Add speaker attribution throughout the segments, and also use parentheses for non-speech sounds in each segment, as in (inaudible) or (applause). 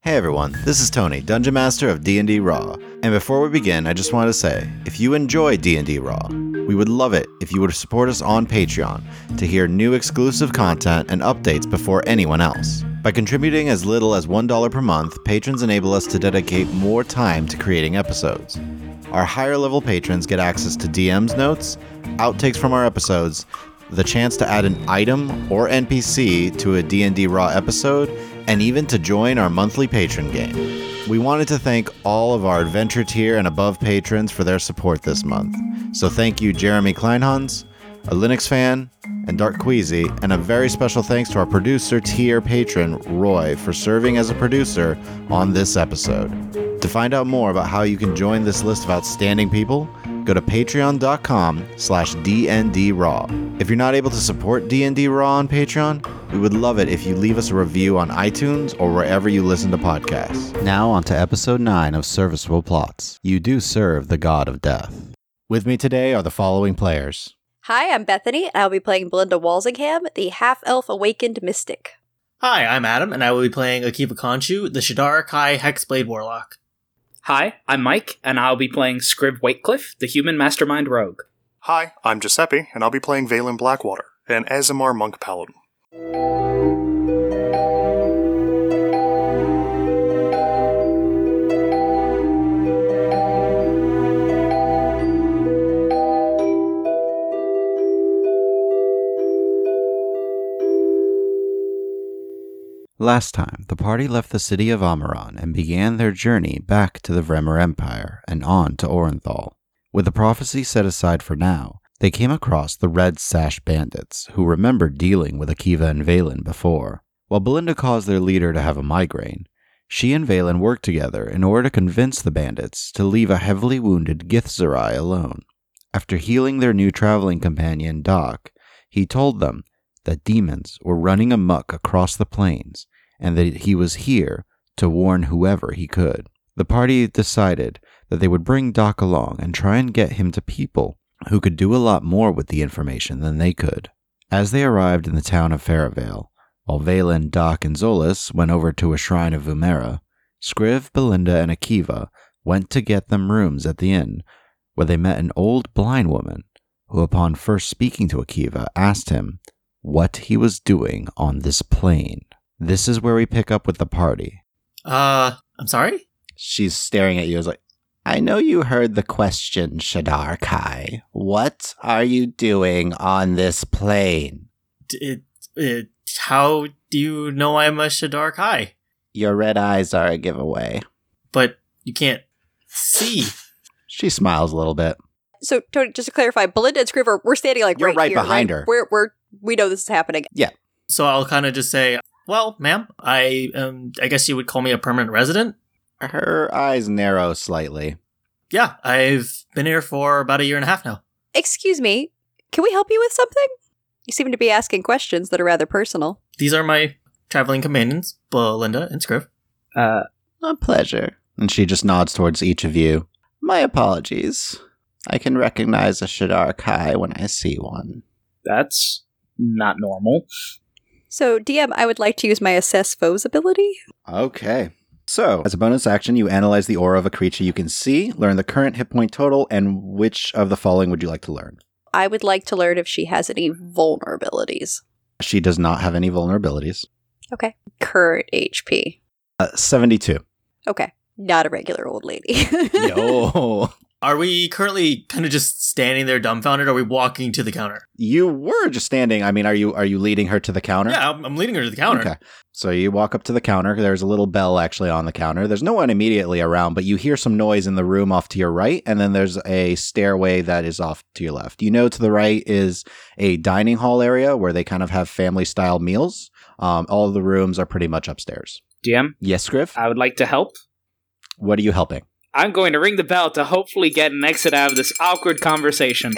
Speaker 1: Hey everyone, this is Tony, Dungeon Master of D&D Raw. And before we begin, I just wanted to say, if you enjoy D&D Raw, we would love it if you would support us on Patreon to hear new exclusive content and updates before anyone else. By contributing as little as $1 per month, patrons enable us to dedicate more time to creating episodes. Our higher level patrons get access to DM's notes, outtakes from our episodes, the chance to add an item or NPC to a D&D Raw episode, and even to join our monthly patron game. We wanted to thank all of our adventure tier and above patrons for their support this month. So thank you Jeremy Kleinhans, a Linux fan, and Dark Queasy, and a very special thanks to our producer tier patron Roy for serving as a producer on this episode. To find out more about how you can join this list of outstanding people, go to patreon.com slash dndraw. If you're not able to support D&D Raw on Patreon, we would love it if you leave us a review on iTunes or wherever you listen to podcasts. Now on to episode 9 of Serviceable Plots. You do serve the god of death. With me today are the following players.
Speaker 2: Hi, I'm Bethany, and I'll be playing Belinda Walsingham, the half elf awakened mystic.
Speaker 3: Hi, I'm Adam, and I will be playing Akiba Konshu, the Shadara Kai Hexblade Warlock.
Speaker 4: Hi, I'm Mike, and I'll be playing Scrib Waitcliffe, the human mastermind rogue.
Speaker 5: Hi, I'm Giuseppe, and I'll be playing Valen Blackwater, an Azimar monk paladin.
Speaker 1: Last time, the party left the city of Amaran and began their journey back to the Vremer Empire and on to Orenthal. With the prophecy set aside for now, they came across the Red Sash Bandits, who remembered dealing with Akiva and Valen before. While Belinda caused their leader to have a migraine, she and Valen worked together in order to convince the bandits to leave a heavily wounded Githzerai alone. After healing their new traveling companion, Doc, he told them that demons were running amok across the plains and that he was here to warn whoever he could. The party decided that they would bring Doc along and try and get him to people who could do a lot more with the information than they could. As they arrived in the town of Fairvale, while Valen, Doc, and Zolas went over to a shrine of Vumera, Scriv, Belinda, and Akiva went to get them rooms at the inn, where they met an old blind woman, who upon first speaking to Akiva asked him what he was doing on this plane. This is where we pick up with the party.
Speaker 3: Uh, I'm sorry?
Speaker 1: She's staring at you as like, I know you heard the question, Shadar Kai. What are you doing on this plane?
Speaker 3: D- it, it, how do you know I'm a Shadar Kai?
Speaker 1: Your red eyes are a giveaway.
Speaker 3: But you can't see.
Speaker 1: She smiles a little bit.
Speaker 2: So, Tony, just to clarify, Belinda and Scriver, we're standing like
Speaker 1: You're right
Speaker 2: here,
Speaker 1: behind her.
Speaker 2: We're, we're we know this is happening.
Speaker 3: So I'll kind of just say, well, ma'am, I um, I guess you would call me a permanent resident.
Speaker 1: Her eyes narrow slightly.
Speaker 3: Yeah, I've been here for about a year and a half now.
Speaker 2: Excuse me, can we help you with something? You seem to be asking questions that are rather personal.
Speaker 3: These are my traveling companions, Belinda and Scriv.
Speaker 4: Uh,
Speaker 1: A pleasure. And she just nods towards each of you. My apologies. I can recognize a Shadar Kai when I see one.
Speaker 4: that's not normal.
Speaker 2: So, DM, I would like to use my assess foes ability.
Speaker 1: Okay. So, as a bonus action, you analyze the aura of a creature you can see, learn the current hit point total, and which of the following would you like to learn?
Speaker 2: I would like to learn if she has any vulnerabilities.
Speaker 1: She does not have any vulnerabilities.
Speaker 2: Current HP.
Speaker 1: Uh, 72.
Speaker 2: Okay, not a regular old lady.
Speaker 1: Yo.
Speaker 3: Are we currently kind of just standing there dumbfounded? Or are we walking to the counter?
Speaker 1: (laughs) You were just standing. I mean, are you are you leading her to the counter?
Speaker 3: Yeah, I'm, I'm leading her to the counter.
Speaker 1: Okay. So you walk up to the counter. There's a little bell actually on the counter. There's no one immediately around, but you hear some noise in the room off to your right, and then there's a stairway that is off to your left. You know, to the right is a dining hall area where they kind of have family style meals. Um, all of the rooms are pretty much upstairs.
Speaker 4: DM,
Speaker 1: Yes, Griff.
Speaker 4: I would like to help.
Speaker 1: What are you helping?
Speaker 4: I'm going to ring the bell to hopefully get an exit out of this awkward (laughs) conversation.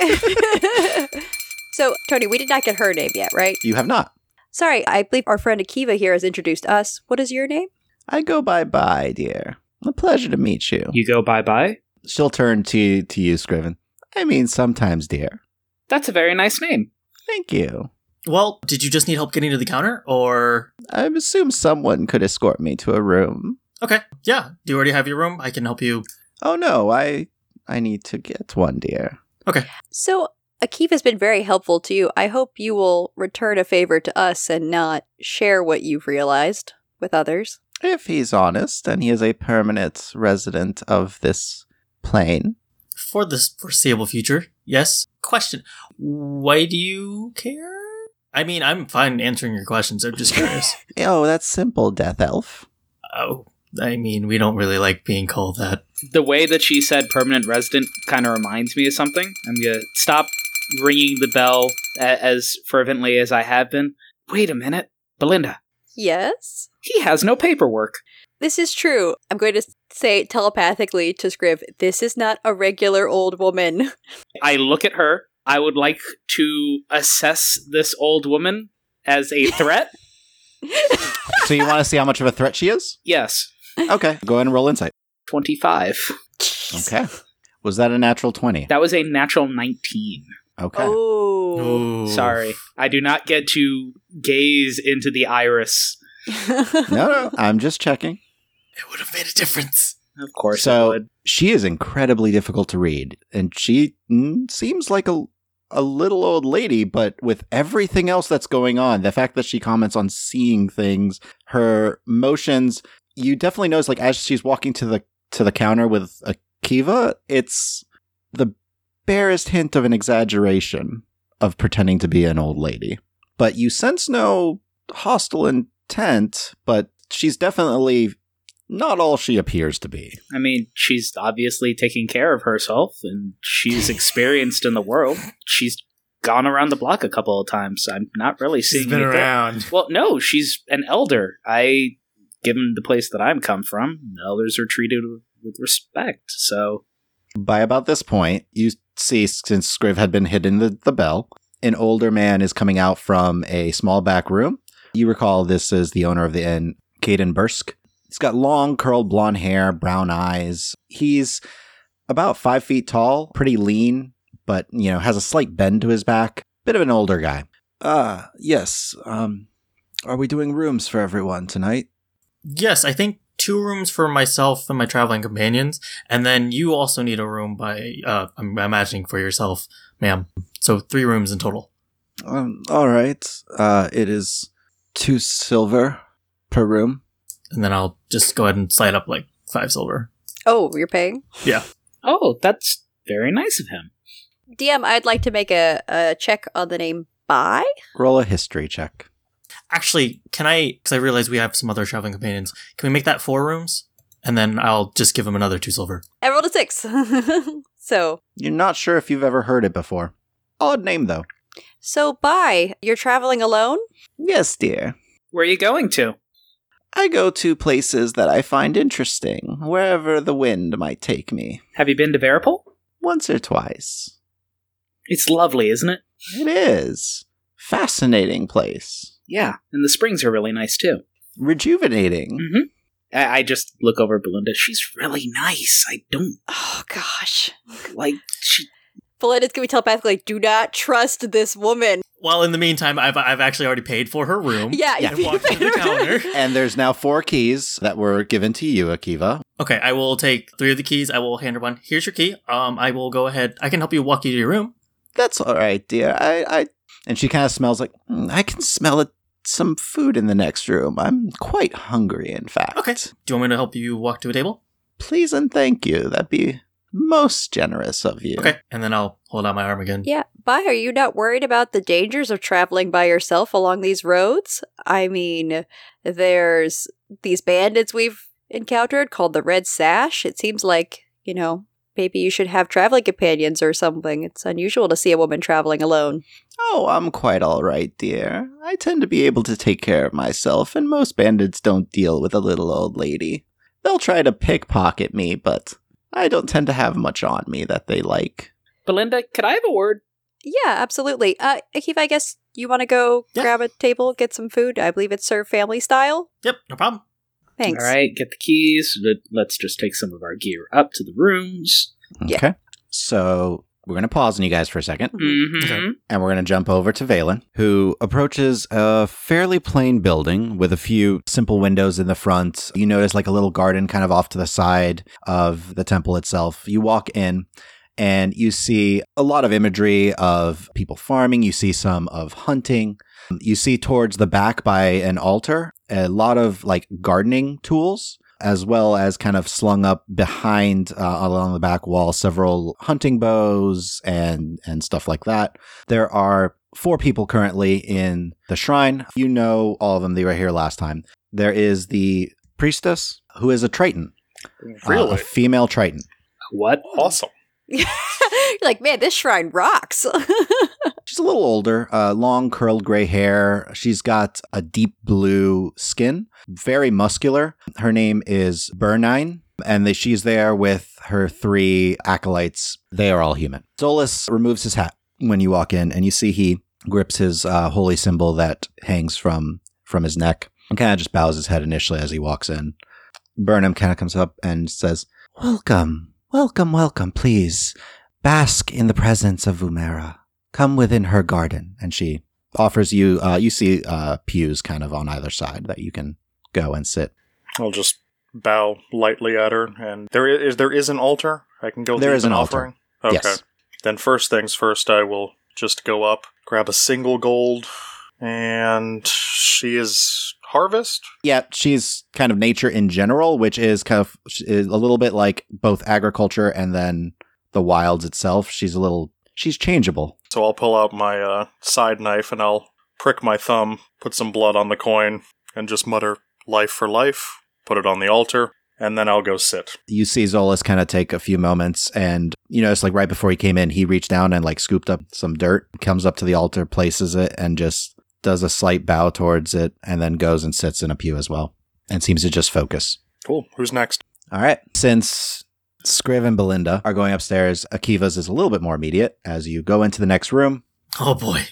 Speaker 2: (laughs) so, Tony, we did not get her name yet, right?
Speaker 1: You have not.
Speaker 2: Sorry, I believe our friend Akiva here has introduced us. What is your name?
Speaker 1: I go bye bye, dear. A pleasure to meet
Speaker 4: you go bye bye.
Speaker 1: She'll turn to to you, Scriven. I mean, sometimes, dear.
Speaker 4: That's a very nice name.
Speaker 1: Thank you.
Speaker 3: Well, did you just need help getting to the counter, or
Speaker 1: I assume someone could escort me to a room.
Speaker 3: Okay. Yeah. Do you already have your room? I can help you.
Speaker 1: Oh no, I I need to get one, dear.
Speaker 2: So, Akiva has been very helpful to you. I hope you will return a favor to us and not share what you've realized with others.
Speaker 1: If he's honest and he is a permanent resident of this plane.
Speaker 3: For the foreseeable future, yes. Question Why do you care? I mean, I'm fine answering your questions. I'm just (laughs) curious.
Speaker 1: Oh, that's simple, Death Elf.
Speaker 3: oh, I mean, we don't really like being called that.
Speaker 4: The way that she said permanent resident kind of reminds me of something. I'm going to stop ringing the bell a- as fervently as I have been. Wait a minute. Belinda,
Speaker 2: Yes?
Speaker 4: he has no paperwork.
Speaker 2: This is true. I'm going to say telepathically to Scriv, this is not a regular old woman. (laughs)
Speaker 4: I look at her. I would like to assess this old woman as a threat.
Speaker 1: So you want to see how much of a threat she is?
Speaker 4: yes.
Speaker 1: Okay. Go ahead and roll insight.
Speaker 4: 25.
Speaker 1: Okay. Was that a natural 20?
Speaker 4: That was a natural 19.
Speaker 1: Okay.
Speaker 2: Oh.
Speaker 3: Ooh.
Speaker 4: Sorry. I do not get to gaze into the iris.
Speaker 1: No, no, I'm just checking.
Speaker 3: It would have made a difference.
Speaker 4: Of course.
Speaker 1: So-
Speaker 4: it would.
Speaker 1: She is incredibly difficult to read, and she mm, seems like a a little old lady, but with everything else that's going on, the fact that she comments on seeing things, her motions, you definitely notice like as she's walking to the to the counter with Akiva, it's the barest hint of an exaggeration of pretending to be an old lady. But you sense no hostile intent, but she's definitely not all she appears to be.
Speaker 4: I mean, she's obviously taking care of herself and she's experienced in the world. She's gone around the block a couple of times. I'm not really seeing
Speaker 3: She's been
Speaker 4: anything.
Speaker 3: around.
Speaker 4: Well, no, she's an elder. I, given the place that I'm come from, elders are treated with respect. So,
Speaker 1: By about this point, you see, since Scriv had been hidden the, the bell, an older man is coming out from a small back room. You recall this is the owner of the inn, Caden Bursk. He's got long, curled blonde hair, brown eyes. He's about five feet tall, pretty lean, but, you know, has a slight bend to his back. Bit of an older guy. Ah, yes. Um, are we doing rooms for everyone tonight?
Speaker 3: Yes, I think two rooms for myself and my traveling companions, and then you also need a room by uh, I'm imagining for yourself, ma'am. So three rooms in total.
Speaker 1: Um, all right. Uh, it is two silver per room.
Speaker 3: And then I'll just go ahead and slide up like five silver.
Speaker 2: (laughs) oh, you're paying?
Speaker 4: oh, that's very nice of him.
Speaker 2: DM, I'd like to make a, a check on the name By.
Speaker 1: Roll a history check.
Speaker 3: Actually, can I? Because I realize we have some other traveling companions. Can we make that four rooms? And then I'll just give him another two silver.
Speaker 2: I rolled a six. (laughs) so,
Speaker 1: You're not sure if you've ever heard it before. Odd name, though.
Speaker 2: so By, you're traveling alone?
Speaker 1: Yes, dear.
Speaker 4: Where are you going to?
Speaker 1: I go to places that I find interesting, wherever the wind might take me,
Speaker 4: Have you been to Varipol?
Speaker 1: once or twice.
Speaker 4: It's lovely, isn't it?
Speaker 1: It is. Fascinating place.
Speaker 4: Yeah, and the springs are really nice too.
Speaker 1: Rejuvenating.
Speaker 4: Mm-hmm. I, I just look over at Belinda. She's really nice. I don't
Speaker 2: Oh, gosh.
Speaker 4: like she.
Speaker 2: Belinda's going to be telepathically, do not trust this woman.
Speaker 3: Well, in the meantime, I've, I've actually already paid for her room.
Speaker 2: Yeah,
Speaker 1: Mm-hmm.
Speaker 2: (laughs)
Speaker 1: Yeah.
Speaker 3: I walked to the counter.
Speaker 1: And there's now four keys that were given to you, Akiva.
Speaker 3: Okay, I will take three of the keys. I will hand her one. Here's your key. Um, I will go ahead. I can help you walk you to your room.
Speaker 1: That's all right, dear. I, I. And she kind of smells like "Hmm, I can smell it. Some food in the next room. I'm quite hungry, in fact.
Speaker 3: Okay. Do you want me to help you walk to a table?
Speaker 1: Please and thank you. That'd be most generous of you.
Speaker 3: Okay. And then I'll hold out my arm again.
Speaker 2: Yeah, By, are you not worried about the dangers of traveling by yourself along these roads? I mean, there's these bandits we've encountered called the Red Sash. It seems like, you know, maybe you should have traveling companions or something. It's unusual to see a woman traveling alone.
Speaker 1: Oh, I'm quite all right, dear. I tend to be able to take care of myself, and most bandits don't deal with a little old lady. They'll try to pickpocket me, but I don't tend to have much on me that they like.
Speaker 4: Belinda, could I have a word?
Speaker 2: Yeah, absolutely. Uh, Akiva, I guess you want to go
Speaker 3: Yeah.
Speaker 2: grab a table, get some food. I believe it's served family style.
Speaker 3: Yep, no problem.
Speaker 2: Thanks.
Speaker 4: All right, get the keys. Let, let's just take some of our gear up to the rooms.
Speaker 2: Yeah.
Speaker 1: Okay. So We're going to pause on you guys for a second.
Speaker 4: Mhm.
Speaker 3: Okay.
Speaker 1: And we're going to jump over to Valen, who approaches a fairly plain building with a few simple windows in the front. You notice like a little garden kind of off to the side of the temple itself. You walk in and you see a lot of imagery of people farming. You see some of hunting. You see towards the back by an altar a lot of like gardening tools. As well as kind of slung up behind uh, along the back wall, several hunting bows and and stuff like that. There are four people currently in the shrine. You know all of them. They were here last time. There is the priestess, who is a Triton, uh, a
Speaker 5: Really?
Speaker 1: female Triton.
Speaker 4: What?
Speaker 1: Oh.
Speaker 5: awesome.
Speaker 2: (laughs) You're like, man, this shrine rocks. (laughs)
Speaker 1: She's a little older, uh, long curled gray hair. She's got a deep blue skin, very muscular. Her name is Bernine, and that she's there with her three acolytes. They are all human. Solus removes his hat when you walk in, and you see he grips his uh, holy symbol that hangs from from his neck, and kind of just bows his head initially as he walks in. Burnham kind of comes up and says, "Welcome, welcome, welcome, please." Bask in the presence of Vumera come within her garden and she offers you uh, you see uh, pews kind of on either side that you can go and sit
Speaker 5: I'll just bow lightly at her, and there i- is there is an altar. I can go.
Speaker 1: There
Speaker 5: leave
Speaker 1: is an altar.
Speaker 5: offering. Okay.
Speaker 1: Yes.
Speaker 5: Then first things first, I will just go up, grab a single gold, and she is harvest.
Speaker 1: yeah she's kind of nature in general which is kind of she is a little bit like both agriculture and then the wilds itself she's a little she's changeable
Speaker 5: So I'll pull out my uh, side knife and I'll prick my thumb, put some blood on the coin, and just mutter "life for life." Put it on the altar, and then I'll go sit.
Speaker 1: you see Zolas kind of take a few moments and you notice like right before he came in he reached down and like scooped up some dirt comes up to the altar places it and just does a slight bow towards it and then goes and sits in a pew as well and seems to just focus
Speaker 5: Cool. Who's next?
Speaker 1: All right. Since Scriv and Belinda are going upstairs, Akiva's is a little bit more immediate. As you go into the next room,
Speaker 3: Oh boy.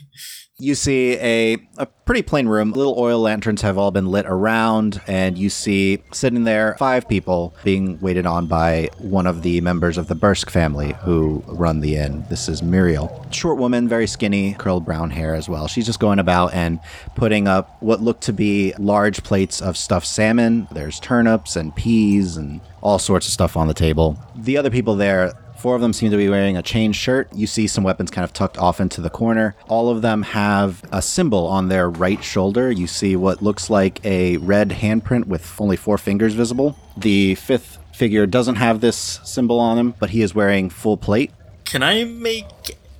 Speaker 1: you see a, a pretty plain room. Little oil lanterns have all been lit around, and you see sitting there five people being waited on by one of the members of the Bursk family who run the inn. This is Muriel. Short woman, very skinny, curled brown hair as well. She's just going about and putting up what look to be large plates of stuffed salmon. There's turnips and peas and all sorts of stuff on the table. The other people there, Four of them seem to be wearing a chain shirt. You see some weapons kind of tucked off into the corner. All of them have a symbol on their right shoulder. You see what looks like a red handprint with only four fingers visible. The fifth figure doesn't have this symbol on him, but he is wearing full plate.
Speaker 3: Can I make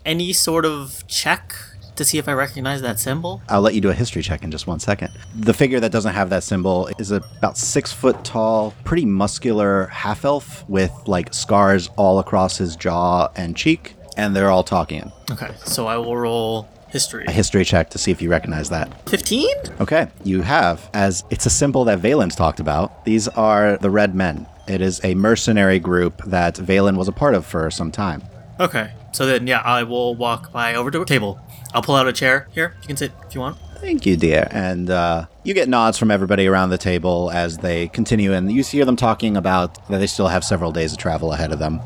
Speaker 3: any sort of check to see if I recognize that symbol?
Speaker 1: I'll let you do a history check in just one second. The figure that doesn't have that symbol is about six foot tall, pretty muscular half elf with like scars all across his jaw and cheek, and they're all talking.
Speaker 3: Okay, so I will roll history.
Speaker 1: A history check to see if you recognize that.
Speaker 3: 15?
Speaker 1: Okay, you have, as it's a symbol that Valen's talked about. These are the Red Men. It is a mercenary group that Valen was a part of for some time.
Speaker 3: Okay, so then, yeah, I will walk by over to a table. I'll pull out a chair. Here, you can sit if you want.
Speaker 1: Thank you, dear. And uh, you get nods from everybody around the table as they continue, and you hear them talking about that they still have several days of travel ahead of them.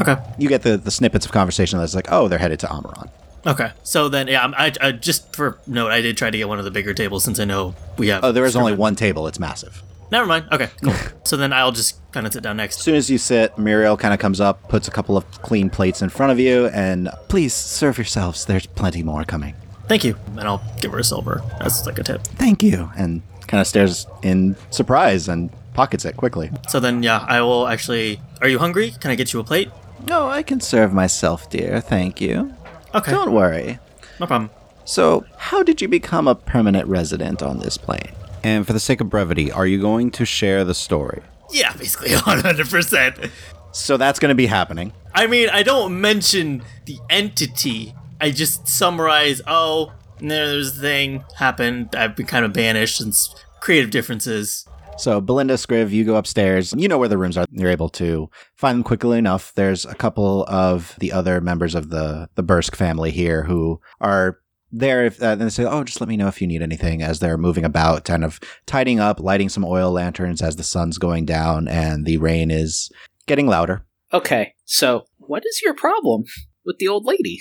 Speaker 3: Okay.
Speaker 1: You get the, the snippets of conversation that's like, oh, they're headed to Amaron.
Speaker 3: Okay, so then, yeah, I'm- I, I just for note, I did try to get one of the bigger tables since I know we have.
Speaker 1: Oh, there is only one table, it's massive.
Speaker 3: Never mind.
Speaker 1: (laughs)
Speaker 3: Okay, cool. so then I'll just kind of sit down next.
Speaker 1: As soon as you sit, Muriel kind of comes up, puts a couple of clean plates in front of you, and please serve yourselves. There's plenty more coming.
Speaker 3: Thank you, and I'll give her a silver as like a tip.
Speaker 1: thank you and kind of stares in surprise and pockets it quickly
Speaker 3: So then, yeah, I will actually. Are you hungry? Can I get you a plate?
Speaker 1: no Oh, i can serve myself dear thank you
Speaker 3: Okay,
Speaker 1: don't worry
Speaker 3: no problem.
Speaker 1: so how did you become a permanent resident on this plane and for the sake of brevity are you going to share the story
Speaker 3: Yeah, basically (laughs) 100%.
Speaker 1: so that's going to be happening
Speaker 3: I mean, I don't mention the entity. I just summarize, oh, there's a thing happened. I've been kind of banished since creative differences.
Speaker 1: So Belinda Scriv, you go upstairs. You know where the rooms are. You're able to find them quickly enough. There's a couple of the other members of the the Bursk family here who are there. If uh, they say, "Oh, just let me know if you need anything," as they're moving about, kind of tidying up, lighting some oil lanterns as the sun's going down and the rain is getting louder.
Speaker 4: Okay, so what is your problem? with the old lady.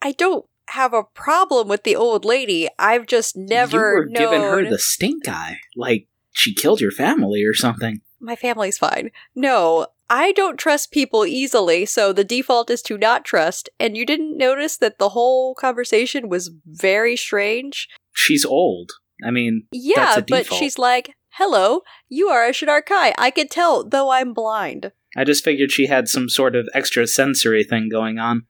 Speaker 2: I don't have a problem with the old lady. I've just never
Speaker 4: you were
Speaker 2: known.
Speaker 4: giving her the stink eye, like she killed your family or something.
Speaker 2: My family's fine. No, I don't trust people easily, so the default is to not trust. And you didn't notice that the whole conversation was very strange?
Speaker 4: She's old. I mean,
Speaker 2: Yeah,
Speaker 4: That's a
Speaker 2: but
Speaker 4: default.
Speaker 2: she's like, hello, you are a Shadar Kai. I could tell, though I'm blind.
Speaker 4: I just figured she had some sort of extra sensory thing going on.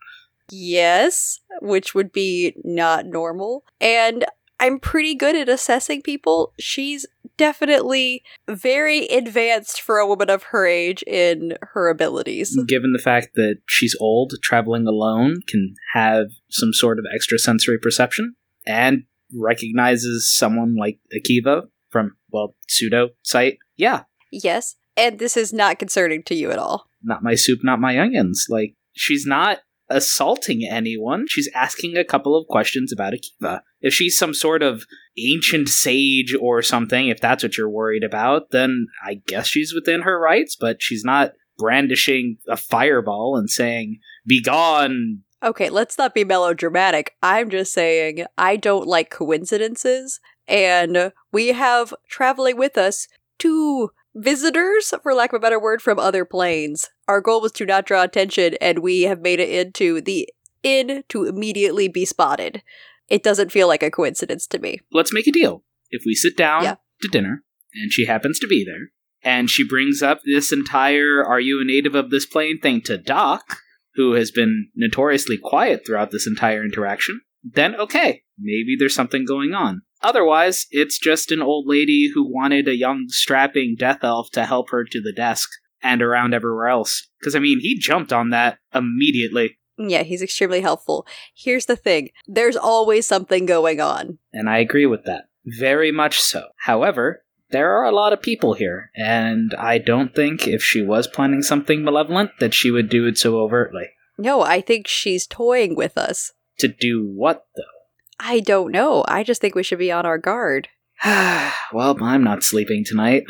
Speaker 2: Yes, which would be not normal. And I'm pretty good at assessing people. She's definitely very advanced for a woman of her age in her abilities.
Speaker 4: Given the fact that she's old, traveling alone can have some sort of extra sensory perception and recognizes someone like Akiva from, well, pseudo sight. Yeah,
Speaker 2: Yes, and this is not concerning to you at all.
Speaker 4: not my soup, not my onions. Like, she's not assaulting anyone. She's asking a couple of questions about Akiva. If she's some sort of ancient sage or something, if that's what you're worried about, then I guess she's within her rights, but she's not brandishing a fireball and saying, Be gone.
Speaker 2: Okay, let's not be melodramatic. I'm just saying I don't like coincidences, and we have traveling with us two visitors, for lack of a better word, from other planes. Our goal was to not draw attention, and we have made it into the inn to immediately be spotted. It doesn't feel like a coincidence to me.
Speaker 4: Let's make a deal. If we sit down
Speaker 2: Yeah.
Speaker 4: to dinner and she happens to be there, and she brings up this entire are you a native of this plane thing to Doc, who has been notoriously quiet throughout this entire interaction, then okay, maybe there's something going on. Otherwise, it's just an old lady who wanted a young strapping death elf to help her to the desk and around everywhere else. Because, I mean, he jumped on that immediately.
Speaker 2: Yeah, he's extremely helpful. Here's the thing there's always something going on.
Speaker 4: And I agree with that. Very much so. However, there are a lot of people here, and I don't think if she was planning something malevolent that she would do it so overtly.
Speaker 2: No, I think she's toying with us.
Speaker 4: To do what,
Speaker 2: I don't know. I just think we should be on our guard.
Speaker 4: though? (sighs) well, I'm not sleeping tonight.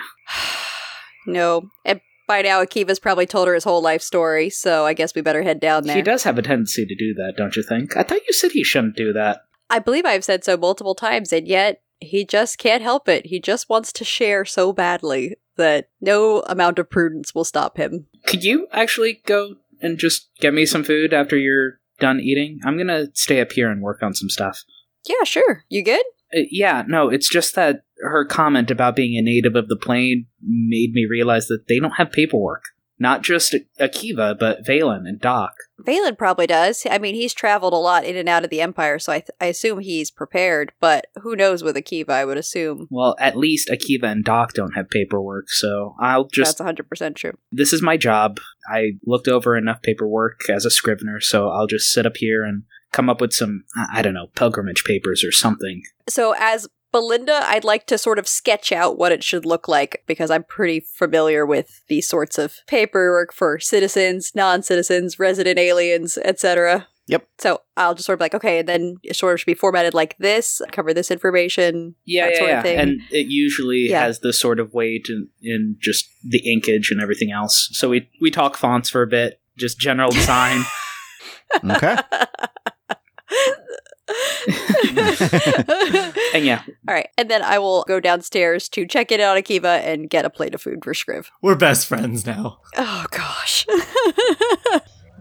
Speaker 2: (sighs) no. And by now, Akiva's probably told her his whole life story, so I guess we better head down there.
Speaker 4: He does have a tendency to do that, don't you think? I thought you said he shouldn't do that.
Speaker 2: I believe I've said so multiple times, and yet he just can't help it. He just wants to share so badly that no amount of prudence will stop him.
Speaker 4: Could you actually go and just get me some food after you're done eating? I'm gonna stay up here and work on some stuff.
Speaker 2: Yeah, sure. You good?
Speaker 4: Uh, yeah, no, it's just that her comment about being a native of the plane made me realize that they don't have paperwork. Not just Akiva, but Valen and Doc.
Speaker 2: Valen probably does. I mean, he's traveled a lot in and out of the Empire, so I, th- I assume he's prepared, but who knows with Akiva, I would assume.
Speaker 4: Well, at least Akiva and Doc don't have paperwork, so I'll just.
Speaker 2: That's 100% true.
Speaker 4: This is my job. I looked over enough paperwork as a scrivener, so I'll just sit up here and come up with some, I I don't know, pilgrimage papers or something.
Speaker 2: So as Belinda, I'd like to sort of sketch out what it should look like because I'm pretty familiar with these sorts of paperwork for citizens, non-citizens, resident aliens, etc.
Speaker 1: Yep.
Speaker 2: So I'll just sort of like, okay, and then it sort of should be formatted like this, cover this information.
Speaker 4: Yeah,
Speaker 2: That
Speaker 4: yeah,
Speaker 2: sort of
Speaker 4: yeah.
Speaker 2: thing.
Speaker 4: and it usually
Speaker 2: Yeah.
Speaker 4: has this sort of weight in, in just the inkage and everything else. So we we talk fonts for a bit, just general (laughs) design.
Speaker 1: Okay.
Speaker 4: and yeah,
Speaker 2: All right. And then I will go downstairs to check in on Akiva and get a plate of food for Scriv.
Speaker 3: We're best friends now.
Speaker 2: Oh, gosh.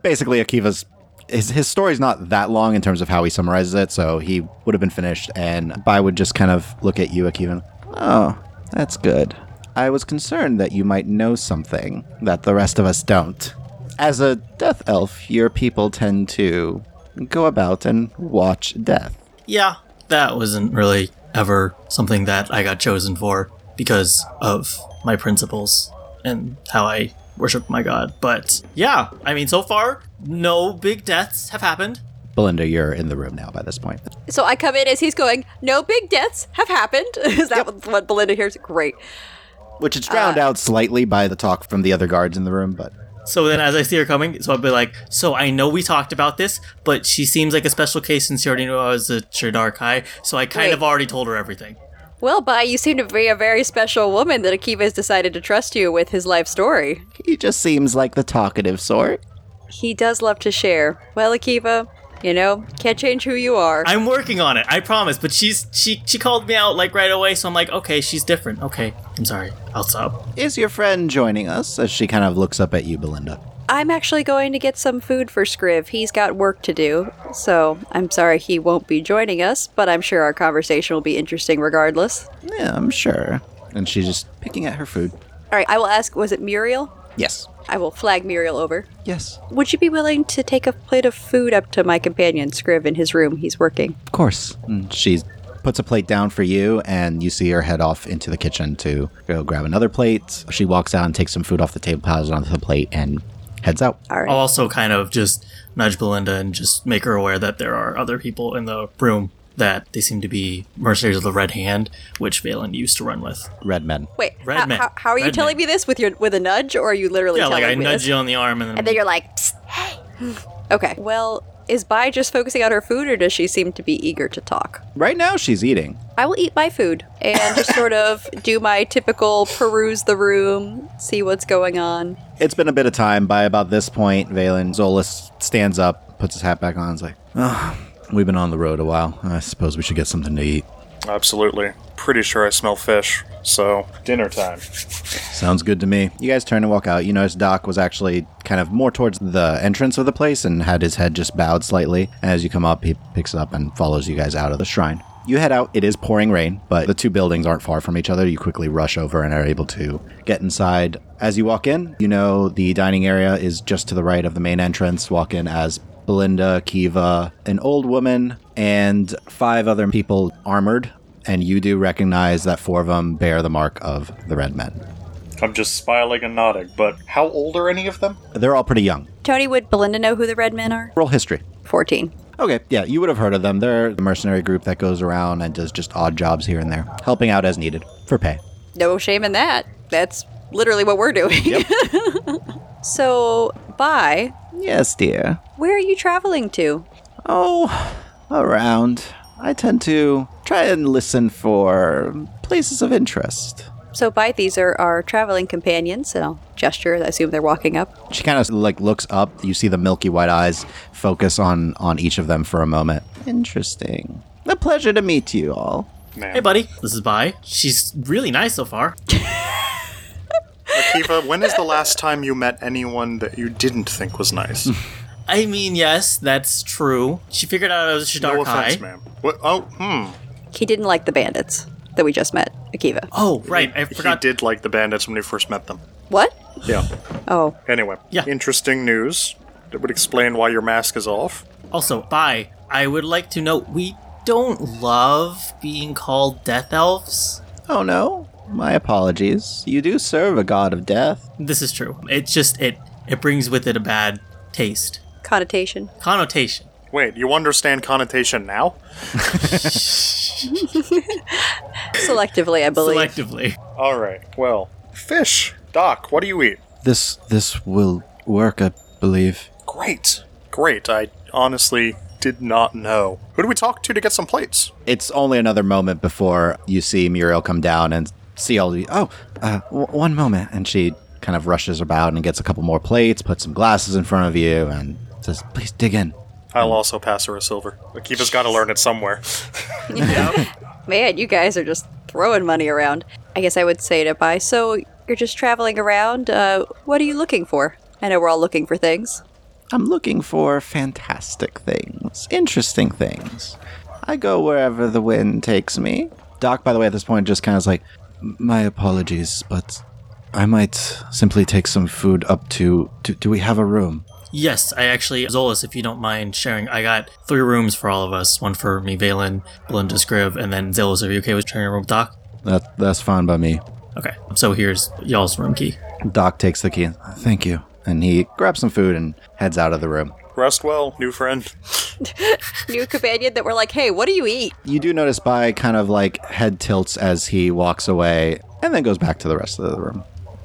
Speaker 1: Basically, Akiva's his, his story's not that long in terms of how he summarizes it, so he would have been finished. And Bai would just kind of look at you, Akiva. Oh, that's good. I was concerned that you might know something that the rest of us don't. As a death elf, your people tend to go about and watch death.
Speaker 3: Yeah, that wasn't really ever something that I got chosen for because of my principles and how I worship my god. But yeah, I mean, so far, no big deaths have happened.
Speaker 1: Belinda, you're in the room now by this point.
Speaker 2: (laughs) So I come in as he's going, No big deaths have happened. (laughs) Is that what Belinda hears? Great.
Speaker 1: Which is drowned out slightly by the talk from the other guards in the room, but
Speaker 3: So then, as I see her coming, so I'd be like, "So I know we talked about this, but she seems like a special case since she already knew I was a Shadar Kai, so I kind
Speaker 2: Wait.
Speaker 3: of already told her everything."
Speaker 2: Well, Bai, you seem to be a very special woman that Akiva has decided to trust you with his life story.
Speaker 1: he just seems like the talkative sort.
Speaker 2: He does love to share. Well, Akiva, you know, can't change who you are.
Speaker 3: I'm working on it, I promise. But she's she she called me out like right away, so I'm like, okay, she's different. Okay, I'm sorry, I'll stop.
Speaker 1: Is your friend joining us? As she kind of looks up at you, Belinda.
Speaker 2: I'm actually going to get some food for Scriv. He's got work to do, so I'm sorry he won't be joining us, but I'm sure our conversation will be interesting regardless.
Speaker 1: Yeah, I'm sure. And she's just picking at her food.
Speaker 2: All right, I will ask was it Muriel?
Speaker 1: Yes.
Speaker 2: I will flag Muriel over.
Speaker 1: Yes.
Speaker 2: Would you be willing to take a plate of food up to my companion, Scriv, in his room? He's working.
Speaker 1: Of course. And she puts a plate down for you, and you see her head off into the kitchen to go grab another plate. She walks out and takes some food off the table, piles it onto the plate, and heads out.
Speaker 2: All right.
Speaker 3: I'll also kind of just nudge Belinda and just make her aware that there are other people in the room that they seem to be mercenaries of the Red Hand, which Valen used to run with.
Speaker 1: Red men.
Speaker 2: Wait,
Speaker 3: Red
Speaker 2: how,
Speaker 3: man.
Speaker 2: how, how are you
Speaker 3: Red
Speaker 2: telling
Speaker 3: man.
Speaker 2: me this with your with a nudge, or are you literally
Speaker 3: yeah,
Speaker 2: telling
Speaker 3: like I
Speaker 2: me
Speaker 3: nudge
Speaker 2: this?
Speaker 3: you on the arm, and then,
Speaker 2: And then you're like, "Psst, hey. okay. Well, is Bai just focusing on her food, or does she seem to be eager to talk?
Speaker 1: Right now, she's eating.
Speaker 2: I will eat my food and just sort of do my typical peruse the room, see what's going on.
Speaker 1: It's been a bit of time. By about this point, Valen Zolas stands up, puts his hat back on, and is like, oh, We've been on the road a while. I suppose we should get something to eat.
Speaker 5: Absolutely. Pretty sure I smell fish, so dinner time.
Speaker 1: Sounds good to me. You guys turn and walk out. You notice Doc was actually kind of more towards the entrance of the place and had his head just bowed slightly. And as you come up, he picks up and follows you guys out of the shrine. You head out. It is pouring rain, but the two buildings aren't far from each other. You quickly rush over and are able to get inside. As you walk in, you know the dining area is just to the right of the main entrance. Walk in as Belinda, Kiva, an old woman, and five other people armored. And you do recognize that four of them bear the mark of the red men.
Speaker 5: I'm just smiling and nodding, but how old are any of them?
Speaker 1: They're all pretty young.
Speaker 2: Tony, would Belinda know who the red men are?
Speaker 1: Roll history.
Speaker 2: 14.
Speaker 1: Okay, yeah, you would have heard of them. They're the mercenary group that goes around and does just odd jobs here and there, helping out as needed for pay.
Speaker 2: No shame in that. That's literally what we're doing. (laughs) so, Bai,
Speaker 1: Yes, dear.
Speaker 2: where are you traveling to?
Speaker 1: Oh, around. I tend to try and listen for places of interest.
Speaker 2: So, Bai, these are our traveling companions, and I'll gesture. I assume they're walking up.
Speaker 1: She kind of like looks up. You see the milky white eyes focus on on each of them for a moment. Interesting. A pleasure to meet you all.
Speaker 5: Man.
Speaker 3: "Hey, buddy, this is Bai. She's really nice so far.
Speaker 5: Akiva, when is the last time you met anyone that you didn't think was nice?
Speaker 3: Hmm. I mean, yes, that's true. She figured out I was Shadar
Speaker 5: no
Speaker 3: Kai.
Speaker 5: offense, ma'am. What? Oh, hmm.
Speaker 2: He didn't like the bandits that we just met, Akiva.
Speaker 3: Oh, right, I
Speaker 5: He
Speaker 3: forgot.
Speaker 5: did like the bandits when he first met them.
Speaker 2: What?
Speaker 5: Yeah.
Speaker 2: Oh,
Speaker 5: Anyway,
Speaker 3: Yeah.
Speaker 5: interesting news. That would explain why your mask is off.
Speaker 3: Also, Bai, I would like to note we don't love being called Death Elves.
Speaker 1: Oh no, my apologies. You do serve a god of death.
Speaker 3: This is true. It's just it it brings with it a bad taste
Speaker 2: connotation.
Speaker 3: connotation.
Speaker 5: Wait, you understand connotation now?
Speaker 2: Selectively, I believe.
Speaker 3: Selectively,
Speaker 5: All right. Well, fish. Doc, what do you eat?
Speaker 1: This this will work, I believe.
Speaker 5: Great. Great. I honestly did not know. Who do we talk to to get some plates?
Speaker 1: It's only another moment before you see Muriel come down and see all the. Oh, uh, w- one moment, and she kind of rushes about and gets a couple more plates, puts some glasses in front of you, and says, "Please dig in."
Speaker 5: I'll also pass her a silver. Akiva's got to learn it somewhere.
Speaker 2: Man, you guys are just throwing money around. I guess I would say to Bai, so you're just traveling around. Uh, what are you looking for? I know we're all looking for things.
Speaker 1: I'm looking for fantastic things, interesting things. I go wherever the wind takes me. Doc, by the way, at this point, just kind of is like, my apologies, but I might simply take some food up to. Do, do we have a room?
Speaker 3: yes. I actually Zolas, if you don't mind sharing, I got three rooms for all of us. One for me, Valen, Belinda Scriv, and then Zolas. Are you okay with sharing a room, with Doc?
Speaker 1: That, that's fine by me.
Speaker 3: Okay. So here's y'all's room key.
Speaker 1: Doc takes the key. and, Thank you. And he grabs some food and heads out of the room.
Speaker 5: Rest well, new friend.
Speaker 2: New companion that we're like, hey, what do you eat?
Speaker 1: You do notice by kind of like head tilts as he walks away and then goes back to the rest of the room.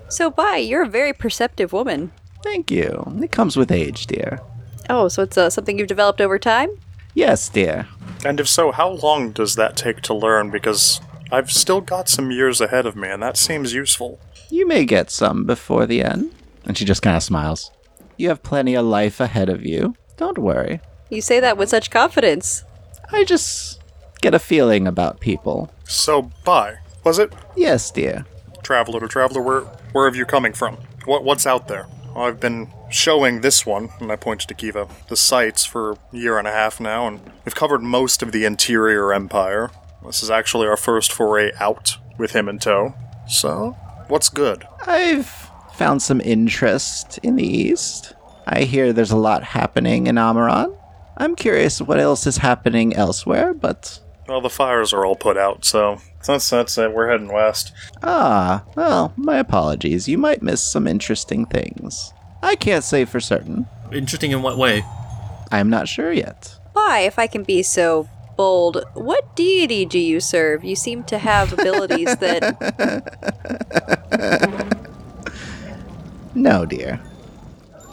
Speaker 2: So, Bai, you're a very perceptive woman.
Speaker 1: Thank you. It comes with age, dear.
Speaker 2: Oh, so it's uh, something you've developed over time?
Speaker 1: Yes, dear.
Speaker 5: And if so, how long does that take to learn? Because I've still got some years ahead of me, and that seems useful.
Speaker 1: You may get some before the end. And she just kind of smiles.
Speaker 6: You have plenty of life ahead of you. Don't worry.
Speaker 2: You say that with such confidence.
Speaker 6: I just get a feeling about people.
Speaker 5: So, bye. Was it?
Speaker 6: Yes, dear.
Speaker 5: Traveler to traveler, where, where have you coming from? What, what's out there? I've been showing this one, and I pointed to Kiva, the sites for a year and a half now, and we've covered most of the interior empire. This is actually our first foray out with him in tow. So, what's good?
Speaker 6: I've found some interest in the East. I hear there's a lot happening in Amaran. I'm curious what else is happening elsewhere, but.
Speaker 5: Well, the fires are all put out, so since that's it, we're heading west.
Speaker 6: Ah, well, my apologies. You might miss some interesting things. I can't say for certain.
Speaker 3: Interesting in what way?
Speaker 6: I'm not sure yet.
Speaker 2: Why, if I can be so bold, what deity do you serve? You seem to have abilities that.
Speaker 6: No, dear.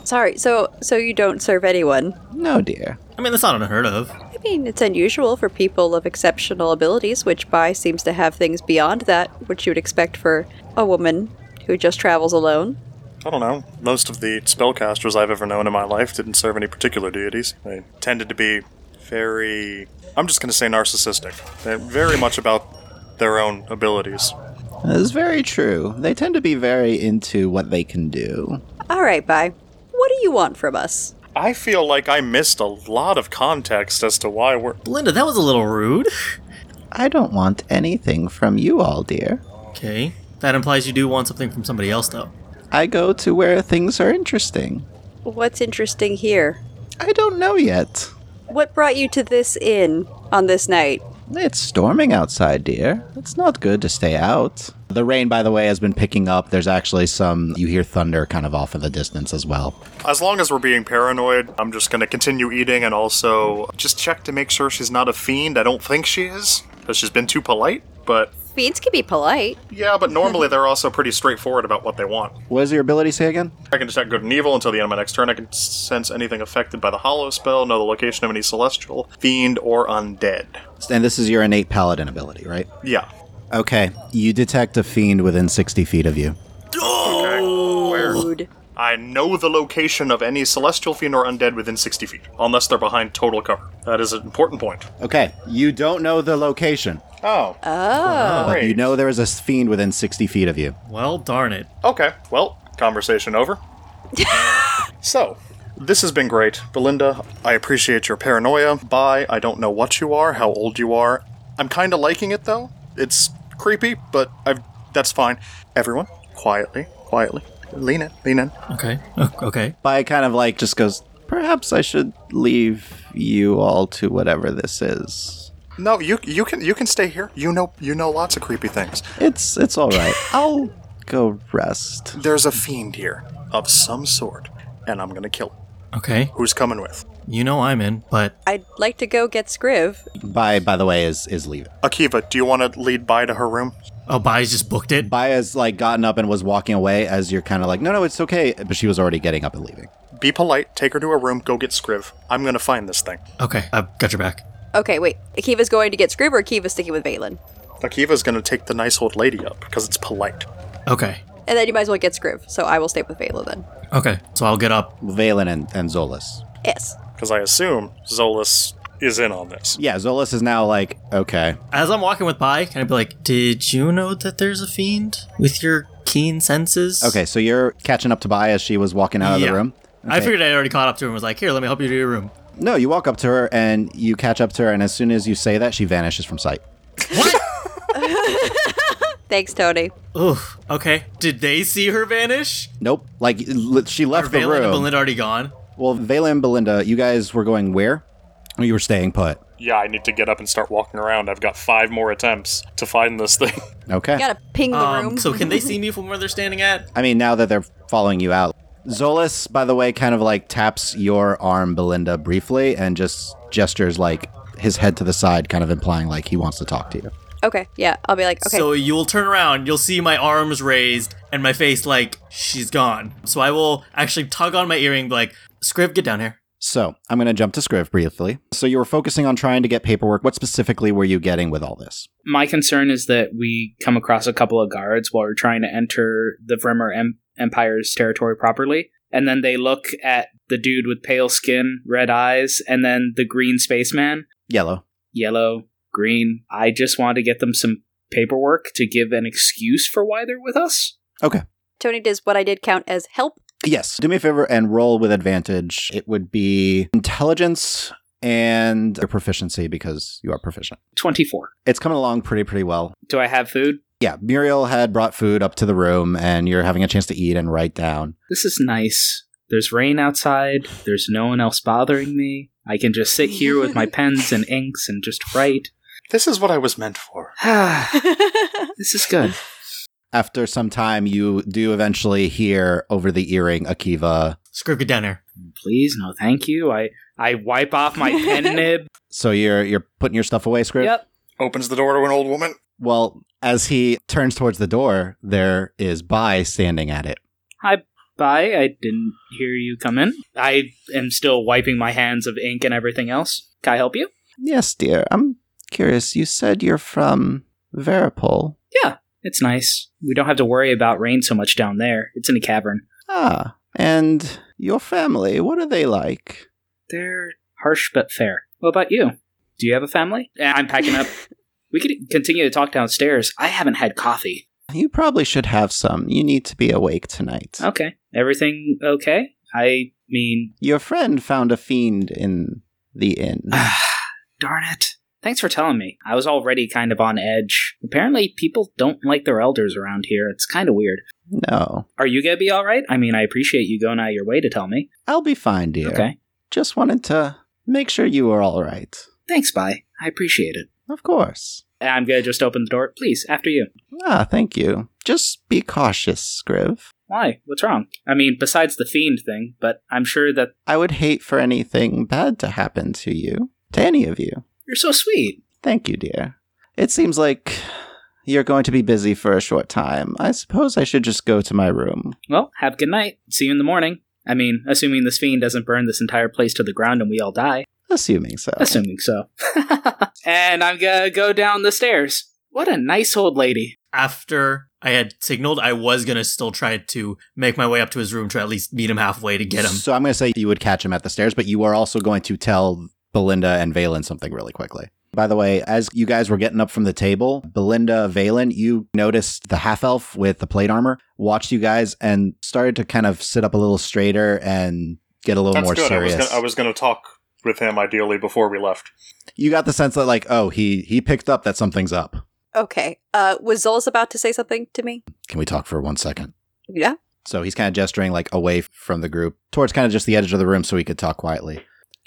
Speaker 2: Sorry, so so you don't serve anyone.
Speaker 6: No, dear.
Speaker 3: I mean, that's not unheard of.
Speaker 2: I mean, it's unusual for people of exceptional abilities, which Bai seems to have things beyond that which you would expect for a woman who just travels alone.
Speaker 5: I don't know. Most of the spellcasters I've ever known in my life didn't serve any particular deities. They tended to be very. I'm just going to say narcissistic. They're very much about their own abilities.
Speaker 6: That is very true. They tend to be very into what they can do.
Speaker 2: All right, Bai. What do you want from us?
Speaker 5: I feel like I missed a lot of context as to why we're.
Speaker 3: Belinda, that was a little rude.
Speaker 6: I don't want anything from you all, dear.
Speaker 3: Okay. That implies you do want something from somebody else, though.
Speaker 6: I go to where things are interesting.
Speaker 2: What's interesting here?
Speaker 6: I don't know yet.
Speaker 2: What brought you to this inn on this night?
Speaker 6: It's storming outside, dear. It's not good to stay out. The rain, by the way, has been picking up. There's actually some, you hear thunder kind of off in the distance as well.
Speaker 5: As long as we're being paranoid, I'm just going to continue eating and also just check to make sure she's not a fiend. I don't think she is, because she's been too polite. But
Speaker 2: Fiends can be polite.
Speaker 5: yeah, but normally they're also pretty straightforward about what they want.
Speaker 6: What does your ability say again?
Speaker 5: I can detect good and evil until the end of my next turn. I can sense anything affected by the hollow spell, know the location of any celestial, fiend, or undead.
Speaker 1: And this is your innate paladin ability, right?
Speaker 5: Yeah.
Speaker 1: Okay. You detect a fiend within 60 feet of you.
Speaker 2: Oh. Rude.
Speaker 5: I know the location of any celestial fiend or undead within 60 feet, unless they're behind total cover. That is an important point.
Speaker 1: Okay. You don't know the location,
Speaker 5: Oh.
Speaker 2: Oh.
Speaker 1: but you
Speaker 5: Great.
Speaker 1: know there is a fiend within 60 feet of you.
Speaker 3: Well, darn it.
Speaker 5: Okay, well, conversation over. so, this has been great. Belinda, I appreciate your paranoia. Bye. I don't know what you are, how old you are. I'm kind of liking it though. It's creepy, but I've that's fine. Everyone, quietly, quietly. Lean in, lean in.
Speaker 3: Okay. O- Okay.
Speaker 6: By kind of like just goes, perhaps I should leave you all to whatever this is.
Speaker 5: No, you you can you can stay here. You know you know lots of creepy things.
Speaker 6: It's it's all
Speaker 1: (laughs)
Speaker 6: right. I'll go rest.
Speaker 5: There's a fiend here of some sort, and I'm gonna kill. Him.
Speaker 3: Okay.
Speaker 5: Who's coming with?
Speaker 3: You know I'm in, but
Speaker 2: I'd like to go get Scriv.
Speaker 1: By by the way, is is leaving.
Speaker 5: Akiva, do you want to lead by to her room?
Speaker 3: oh, Bai's just booked it.
Speaker 1: By has like gotten up and was walking away as you're kind of like, no, no, it's okay. But she was already getting up and leaving.
Speaker 5: Be polite. Take her to her room. Go get Scriv. I'm gonna find this thing.
Speaker 3: Okay, I've got your back.
Speaker 2: Okay, wait. Akiva's going to get Scriv or Akiva's sticking with Balin?
Speaker 5: Akiva's gonna take the nice old lady up because it's polite.
Speaker 3: Okay.
Speaker 2: And then you might as well get Scriv, so I will stay with Balin then.
Speaker 3: Okay. So I'll get up.
Speaker 1: Valen and, and Zolas.
Speaker 2: Yes.
Speaker 5: Because I assume Zolas is in on this.
Speaker 1: Yeah, Zolas is now like, okay.
Speaker 3: As I'm walking with Bai, can I be like, did you know that there's a fiend with your keen senses?
Speaker 1: Okay, so you're catching up to By as she was walking out of
Speaker 3: Yeah.
Speaker 1: the room.
Speaker 3: I
Speaker 1: Okay.
Speaker 3: figured I already caught up to her and was like, here, let me help you to your room.
Speaker 1: No, you walk up to her and you catch up to her, and as soon as you say that, she vanishes from sight.
Speaker 2: Thanks, Tony.
Speaker 3: Oof. Okay. Did they see her vanish?
Speaker 1: Nope. Like l- she
Speaker 3: Are
Speaker 1: left the
Speaker 3: Valen
Speaker 1: room.
Speaker 3: and Belinda already gone?
Speaker 1: Well, Valen and Belinda, you guys were going where? Or you were staying put.
Speaker 5: Yeah, I need to get up and start walking around. I've got five more attempts to find this thing. (laughs)
Speaker 1: Okay.
Speaker 2: Gotta ping the
Speaker 3: Um,
Speaker 2: room. (laughs)
Speaker 3: so can they see me from where they're standing at?
Speaker 1: I mean, now that they're following you out. Zolas, by the way, kind of like taps your arm, Belinda, briefly and just gestures like his head to the side, kind of implying like he wants to talk to you.
Speaker 2: okay, yeah. I'll be like, okay.
Speaker 3: So you'll turn around, you'll see my arms raised and my face like she's gone. So I will actually tug on my earring, be like, Scriv, get down here.
Speaker 1: So I'm going to jump to Scriv briefly. So you were focusing on trying to get paperwork. What specifically were you getting with all this?
Speaker 4: My concern is that we come across a couple of guards while we're trying to enter the Vremer em- Empire's territory properly, and then they look at the dude with pale skin, red eyes, and then the green spaceman,
Speaker 1: Yellow.
Speaker 4: yellow, green. I just want to get them some paperwork to give an excuse for why they're with us.
Speaker 2: Tony does what I did count as (laughs) help.
Speaker 1: Yes. Do me a favor and roll with advantage. It would be intelligence and your proficiency because you are proficient.
Speaker 4: 24.
Speaker 1: It's coming along pretty, pretty well.
Speaker 4: Do I have food?
Speaker 1: Yeah, Muriel had brought food up to the room and you're having a chance to eat and write down.
Speaker 4: This is nice. There's rain outside. There's no one else bothering me. I can just sit here with my pens and inks and just write. (sighs)
Speaker 5: This is what I was meant for.
Speaker 4: this
Speaker 2: That's
Speaker 4: is good.
Speaker 1: After some time, you do eventually hear over the earring Akiva.
Speaker 3: Scribble dinner.
Speaker 4: Please, no, thank you. I I wipe off my pen nib.
Speaker 1: So you're you're putting your stuff away, Scriv?
Speaker 4: Yep.
Speaker 5: Opens the door to an old woman.
Speaker 1: Well, as he turns towards the door, there is Bai standing at it.
Speaker 4: Bye. I didn't hear you come in. I am still wiping my hands of ink and everything else. Can I help you?
Speaker 6: Yes, dear. I'm curious. You said you're from Veripol.
Speaker 4: It's nice. We don't have to worry about rain so much down there. It's in a cavern.
Speaker 6: Ah, and your family, what are they like?
Speaker 4: They're harsh but fair. What about you? Do you have a family? Eh, I'm packing (laughs) up. we could continue to talk downstairs. I haven't had coffee.
Speaker 6: You probably should have some. You need to be awake tonight.
Speaker 4: Okay. Everything okay? I mean, (sighs)
Speaker 6: Your friend found a fiend in the inn.
Speaker 4: Ah. darn it. Thanks for telling me. I was already kind of on edge. Apparently, people don't like their elders around here. It's kind of weird.
Speaker 6: no.
Speaker 4: Are you going to be all right? I mean, I appreciate you going out of your way to tell me.
Speaker 6: I'll be fine, dear.
Speaker 4: Okay.
Speaker 6: Just wanted to make sure you were all right.
Speaker 4: Thanks, bye. I appreciate it.
Speaker 6: Of course.
Speaker 4: And I'm going to just open the door. Please, after you.
Speaker 6: Ah, thank you. Just be cautious, Scriv.
Speaker 4: Why? What's wrong? I mean, besides the fiend thing, but I'm sure that
Speaker 6: I would hate for anything bad to happen to you, to any of you.
Speaker 4: you're so sweet.
Speaker 6: Thank you, dear. It seems like you're going to be busy for a short time. I suppose I should just go to my room.
Speaker 4: Well, have a good night. See you in the morning. I mean, assuming this fiend doesn't burn this entire place to the ground and we all die.
Speaker 6: Assuming so.
Speaker 4: Assuming (laughs) so. and I'm gonna go down the stairs. What a nice old lady.
Speaker 3: After I had signaled, I was gonna still try to make my way up to his room to at least meet him halfway to get him.
Speaker 1: So I'm going to say you would catch him at the stairs, but you are also going to tell Belinda and Valen something really quickly. By the way, as you guys were getting up from the table, Belinda, Valen, you noticed the half elf with the plate armor, watched you guys, and started to kind of sit up a little straighter and get a little
Speaker 5: That's
Speaker 1: more
Speaker 5: good.
Speaker 1: serious.
Speaker 5: I was gonna, I was going to talk with him ideally before we left.
Speaker 1: you got the sense that, like, oh, he he picked up that something's up.
Speaker 2: Okay. Uh, was Zol's about to say something to me?
Speaker 1: Can we talk for one second?
Speaker 2: Yeah.
Speaker 1: So he's kind of gesturing like away from the group towards kind of just the edge of the room so he could talk quietly.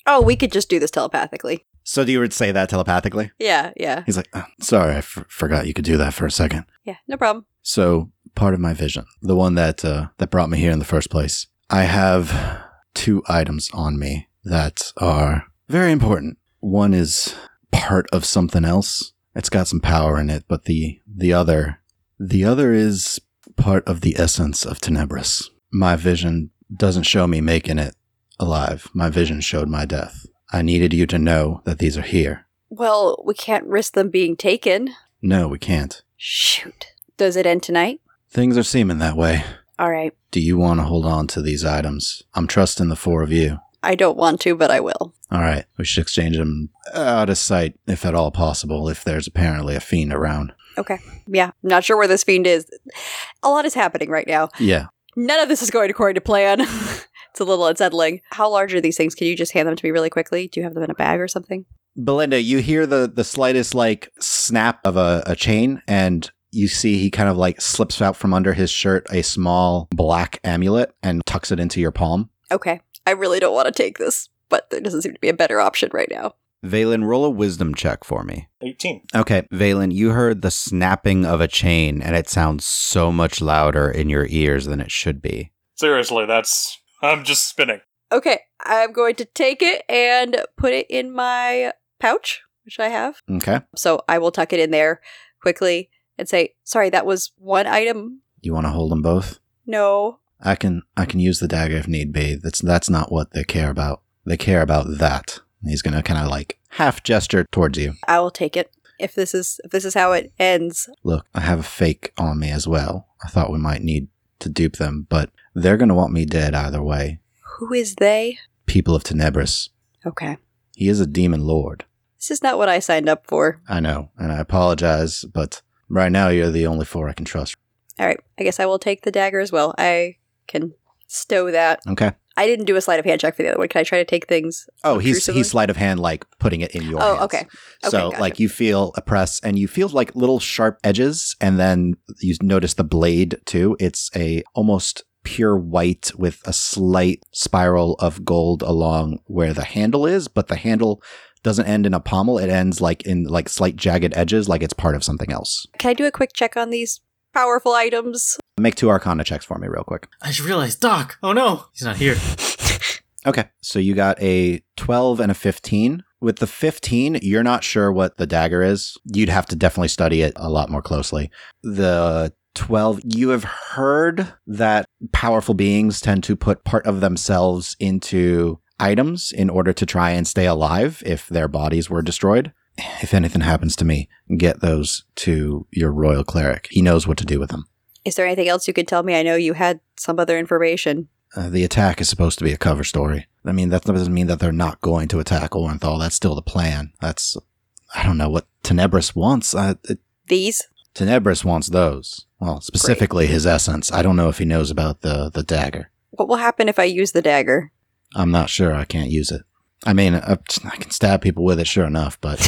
Speaker 2: Oh, we could just do this telepathically.
Speaker 1: So do you would say that telepathically?
Speaker 2: Yeah, yeah.
Speaker 1: He's like, oh, sorry, I f- forgot you could do that for a second.
Speaker 2: Yeah, no problem.
Speaker 1: So part of my vision, the one that uh, that brought me here in the first place, I have two items on me that are very important. One is part of something else. It's got some power in it, but the the other the other is part of the essence of Tenebris. My vision doesn't show me making it alive. My vision showed my death. I needed you to know that these are here.
Speaker 2: Well, we can't risk them being taken.
Speaker 1: No, we can't.
Speaker 2: Shoot. Does it end tonight?
Speaker 1: Things are seeming that way.
Speaker 2: All right.
Speaker 1: Do you want to hold on to these items? I'm trusting the four of you.
Speaker 2: I don't want to, but I will.
Speaker 1: All right, we should exchange them out of sight, if at all possible, if there's apparently a fiend around.
Speaker 2: Yeah, I'm not sure where this fiend is. A lot is happening right now.
Speaker 1: Yeah.
Speaker 2: None of this is going according to plan. (laughs) it's a little unsettling. How large are these things? Can you just hand them to me really quickly? Do you have them in a bag or something?
Speaker 1: Belinda, you hear the, the slightest, like, snap of a, a chain, and you see he kind of, like, slips out from under his shirt a small black amulet and tucks it into your palm.
Speaker 2: Okay. I really don't want to take this, but there doesn't seem to be a better option right now.
Speaker 1: Valen, roll a wisdom check for me.
Speaker 5: 18.
Speaker 1: Okay, Valen, you heard the snapping of a chain, and it sounds so much louder in your ears than it should be.
Speaker 5: Seriously, that's. I'm just spinning.
Speaker 2: Okay, I'm going to take it and put it in my pouch, which I have.
Speaker 1: Okay.
Speaker 2: So I will tuck it in there quickly and say, sorry, that was one item.
Speaker 1: You want to hold them both?
Speaker 2: No.
Speaker 1: I can I can use the dagger if need be. That's that's not what they care about. They care about that. And He's gonna kind of like half gesture towards you.
Speaker 2: I will take it. If this is if this is how it ends,
Speaker 1: Look, I have a fake on me as well. I thought we might need to dupe them, but they're going to want me dead either way.
Speaker 2: Who is they?
Speaker 1: People of Tenebris.
Speaker 2: Okay.
Speaker 1: He is a demon lord.
Speaker 2: This is not what I signed up for.
Speaker 1: I know, and I apologize, but right now you're the only four I can trust.
Speaker 2: All right. I guess I will take the dagger as well. I can stow that.
Speaker 1: Okay.
Speaker 2: I didn't do a sleight of hand check for the other one. Can I try to take things?
Speaker 1: Oh, he's
Speaker 2: Obtrusively?
Speaker 1: he's sleight of hand, like putting it in your.
Speaker 2: Oh,
Speaker 1: hands.
Speaker 2: okay.
Speaker 1: so,
Speaker 2: gotcha.
Speaker 1: like, you feel oppressed, and you feel like little sharp edges, and then you notice the blade too. It's a almost pure white with a slight spiral of gold along where the handle is, but the handle doesn't end in a pommel. It ends like in like slight jagged edges, like it's part of something else.
Speaker 2: Can I do a quick check on these powerful items?
Speaker 1: Make two Arcana checks for me, real quick.
Speaker 3: I just realized Doc. Oh no, he's not here.
Speaker 1: Okay, so you got a 12 and a 15. With the 15, you're not sure what the dagger is. You'd have to definitely study it a lot more closely. The 12, you have heard that powerful beings tend to put part of themselves into items in order to try and stay alive if their bodies were destroyed. If anything happens to me, get those to your royal cleric. He knows what to do with them.
Speaker 2: (laughs) Is there anything else you can tell me? I know you had some other information.
Speaker 1: Uh, the attack is supposed to be a cover story. I mean, that doesn't mean that they're not going to attack Orenthal. That's still the plan. That's, I don't know what Tenebris wants. Uh, it,
Speaker 2: These?
Speaker 1: Tenebris wants those. Well, specifically his essence. I don't know if he knows about the, the dagger.
Speaker 2: What will happen if I use the dagger? (laughs)
Speaker 1: I'm not sure. I can't use it. I mean, uh, I can stab people with it, sure enough,
Speaker 2: (laughs)
Speaker 1: but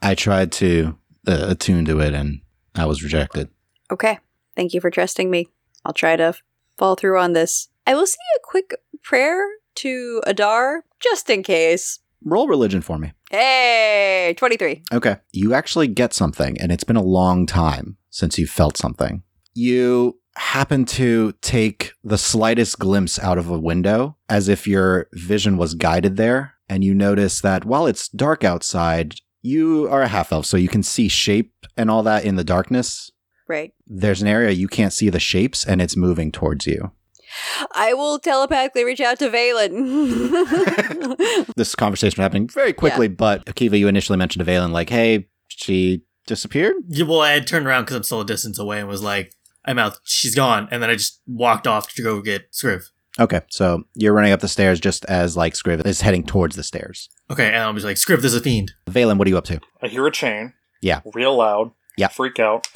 Speaker 1: I tried to uh, attune to it and I was rejected.
Speaker 2: Okay. Thank you for trusting me. I'll try to f- follow through on this. I will say a quick prayer to Adar, just in case.
Speaker 1: Roll religion for me.
Speaker 2: Hey, 23.
Speaker 1: Okay. You actually get something, and it's been a long time since you felt something. You happen to take the slightest glimpse out of a window as if your vision was guided there, and you notice that while it's dark outside, you are a half elf, so you can see shape and all that in the darkness.
Speaker 2: Right.
Speaker 1: There's an area you can't see the shapes, and it's moving towards you.
Speaker 2: I will telepathically reach out to Valen. (laughs)
Speaker 1: This conversation happening very quickly, but Akiva, you initially mentioned to Valen, like, hey, she disappeared?
Speaker 3: Yeah, well, I had turned around because I'm still a distance away and was like, I'm out. She's gone. And then I just walked off to go get Scriv.
Speaker 1: Okay, so you're running up the stairs just as like Scriv is heading towards the stairs.
Speaker 3: Okay, and I'll be like, Scriv, there's a fiend.
Speaker 1: Valen, what are you up to?
Speaker 5: I hear a chain.
Speaker 1: Yeah.
Speaker 5: Real loud.
Speaker 1: Yeah.
Speaker 5: Freak out.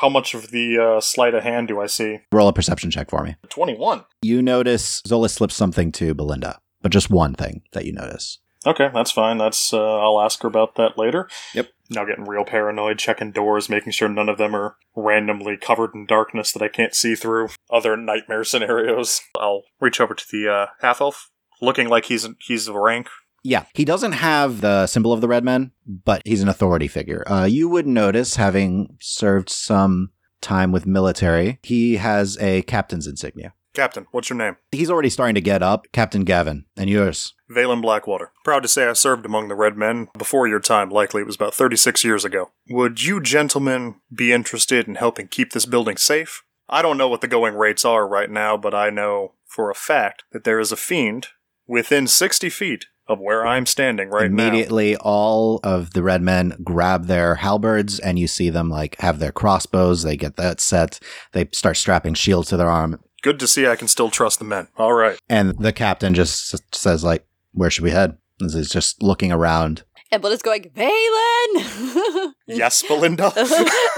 Speaker 5: How much of the uh, sleight of hand do I see?
Speaker 1: Roll a perception check for me.
Speaker 5: 21.
Speaker 1: You notice Zola slips something to Belinda, but just one thing that you notice.
Speaker 5: Okay, that's fine. That's uh, I'll ask her about that later.
Speaker 1: Yep.
Speaker 5: Now getting real paranoid, checking doors, making sure none of them are randomly covered in darkness that I can't see through. Other nightmare (laughs) scenarios. I'll reach over to the uh, half elf, looking like he's he's of rank.
Speaker 1: Yeah, he doesn't have the symbol of the Red Men, but he's an authority figure. Uh, you would notice, having served some time with military, he has a captain's insignia.
Speaker 5: Captain, what's your name?
Speaker 1: He's already starting to get up. Captain Gavin, and yours.
Speaker 5: Valen Blackwater. Proud to say I served among the Red Men before your time, likely it was about 36 years ago. Would you gentlemen be interested in helping keep this building safe? I don't know what the going rates are right now, but I know for a fact that there is a fiend within 60 feet of where I'm standing right now.
Speaker 1: immediately all of the red men grab their halberds and you see them like have their crossbows they get that set they start strapping shields to their arm
Speaker 5: Good to see I can still trust the men. All right.
Speaker 1: and the captain just s- says like where should we head and he's just looking around
Speaker 2: and Belinda's going, Valen! (laughs)
Speaker 5: Yes, Belinda.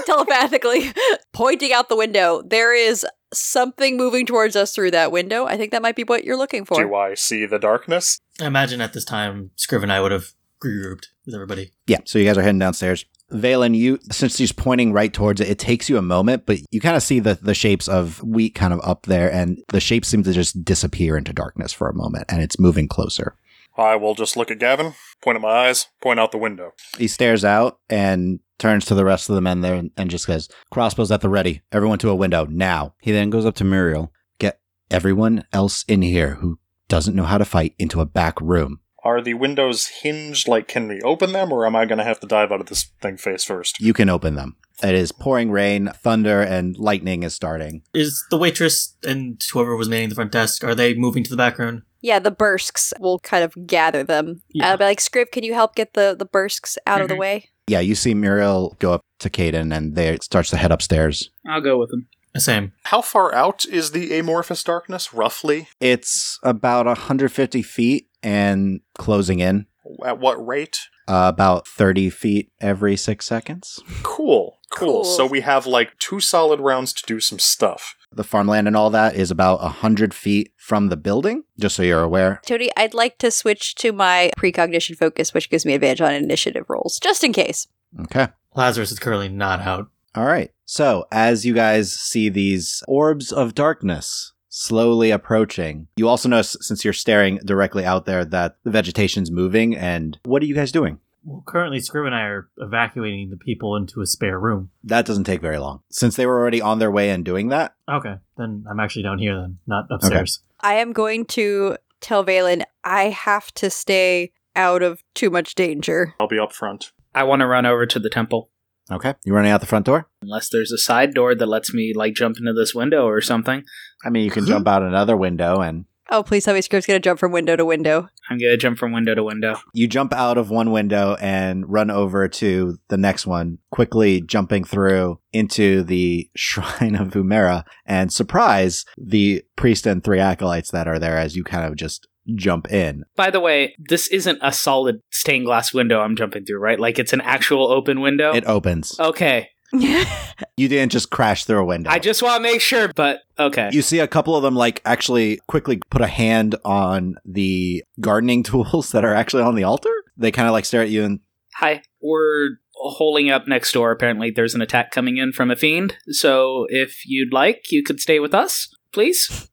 Speaker 2: telepathically pointing out the window. There is something moving towards us through that window. I think that might be what you're looking for.
Speaker 5: Do I see the darkness?
Speaker 3: I imagine at this time, Scriv and I would have regrouped with everybody.
Speaker 1: yeah so you guys are heading downstairs Valen, you since she's pointing right towards it, it takes you a moment, but you kind of see the the shapes of wheat kind of up there, and the shapes seem to just disappear into darkness for a moment, and it's moving closer.
Speaker 5: I will just look at Gavin, point at my eyes, point out the window.
Speaker 1: He stares out and turns to the rest of the men there and, and just says, Crossbows at the ready. Everyone to a window now. He then goes up to Muriel. Get everyone else in here who doesn't know how to fight into a back room.
Speaker 5: Are the windows hinged? Like, can we open them, or am I going to have to dive out of this thing face first?
Speaker 1: You can open them. It is pouring rain, thunder, and lightning is starting.
Speaker 3: Is the waitress and whoever was manning the front desk, are they moving to the background?
Speaker 2: yeah, the Bursks will kind of gather them.
Speaker 3: Yeah.
Speaker 2: And I'll be like, Scrib, can you help get the, the Bursks out of the
Speaker 4: Mhm.
Speaker 2: way?
Speaker 1: Yeah, you see Muriel go up to Caden and they starts to head upstairs.
Speaker 4: I'll go with him.
Speaker 3: Same.
Speaker 5: How far out is the amorphous darkness, roughly?
Speaker 1: It's about 150 feet and closing in
Speaker 5: At what rate?
Speaker 1: uh, about 30 feet every six seconds.
Speaker 5: Cool. Cool.
Speaker 2: Cool.
Speaker 5: So we have like two solid rounds to do some stuff.
Speaker 1: The farmland and all that is about 100 feet from the building, just so you're aware.
Speaker 2: Tony, I'd like to switch to my precognition focus, which gives me advantage on initiative rolls, just in case.
Speaker 1: Okay.
Speaker 3: Lazarus is currently not out.
Speaker 1: All right. So, as you guys see these orbs of darkness slowly approaching, you also notice, since you're staring directly out there, that the vegetation's moving. And what are you guys doing?
Speaker 3: Well, currently, Scrib and I are evacuating the people into a spare room.
Speaker 1: That doesn't take very long. Since they were already on their way and doing that,
Speaker 3: Okay, then I'm actually down here, then, not upstairs.
Speaker 2: I am going to tell Valen I have to stay out of too much danger.
Speaker 5: I'll be up front.
Speaker 4: I want to run over to the temple.
Speaker 1: okay, you're running out the front door.
Speaker 4: Unless there's a side door that lets me like jump into this window or something,
Speaker 1: I mean, you (gasps) can jump out another window and
Speaker 2: Oh, please tell me Scrib's going to jump from window to window.
Speaker 4: I'm gonna jump from window to window.
Speaker 1: you jump out of one window and run over to the next one, quickly jumping through into the (laughs) shrine of Umera and surprise the priest and three acolytes that are there as you kind of just jump in.
Speaker 4: By the way, this isn't a solid stained glass window I'm jumping through, right? Like it's an actual open window.
Speaker 1: It opens.
Speaker 4: okay,
Speaker 2: (laughs)
Speaker 1: You didn't just crash through a window.
Speaker 4: Oh. I just want to make sure, but okay.
Speaker 1: you see a couple of them like actually quickly put a hand on the gardening (laughs) tools that are actually on the altar. They kind of like stare at you and
Speaker 4: Hi, we're holding up next door. Apparently, there's an attack coming in from a fiend. So if you'd like, you could stay with us, please.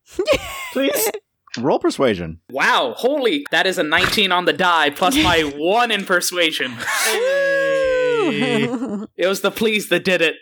Speaker 3: Please?
Speaker 1: roll persuasion.
Speaker 4: Wow, holy! That is a 19 on the die plus (laughs) my one in persuasion. (laughs) It was the please that did it.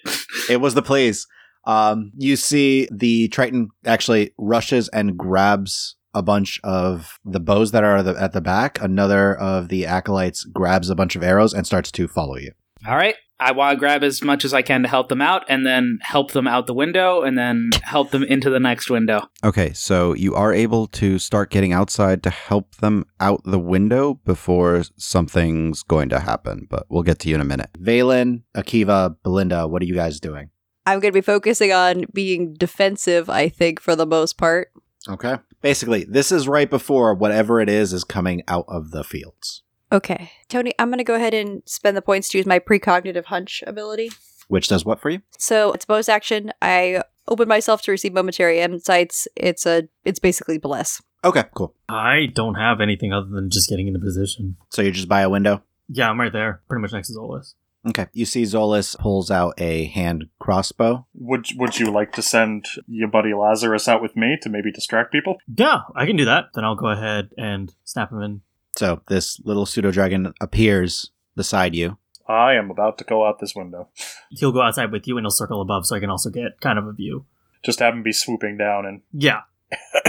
Speaker 1: It was the please. Um, you see the Triton actually rushes and grabs a bunch of the bows that are the, at the back. Another of the acolytes grabs a bunch of arrows and starts to follow you.
Speaker 4: (laughs) All right. I want to grab as much as I can to help them out, and then help them out the window, and then help them into the next window.
Speaker 7: Okay, so you are able to start getting outside to help them out the window before something's going to happen, but we'll get to you in a minute.
Speaker 1: Valen, Akiva, Belinda, what are you guys doing?
Speaker 2: I'm going to be focusing on being defensive, I think, for the most part.
Speaker 1: Okay. Basically, this is right before whatever it is is coming out of the fields,
Speaker 2: Okay. Tony, I'm going to go ahead and spend the points to use my precognitive hunch ability.
Speaker 1: which does what for you?
Speaker 2: So it's bonus action. I open myself to receive momentary insights. It's a it's basically bless.
Speaker 1: Okay, cool.
Speaker 3: I don't have anything other than just getting into position.
Speaker 1: So you're just by a window?
Speaker 3: Yeah, I'm right there, pretty much next to Zolas.
Speaker 1: Okay. You see Zolas pulls out a hand crossbow.
Speaker 5: Would Would you like to send your buddy Lazarus out with me to maybe distract people?
Speaker 3: Yeah, I can do that. Then I'll go ahead and snap him in.
Speaker 1: So this little pseudo dragon appears beside you.
Speaker 5: I am about to go out this window.
Speaker 3: He'll go outside with you and he'll circle above so I can also get kind of a view.
Speaker 5: Just have him be swooping down and (coughs)
Speaker 3: Yeah.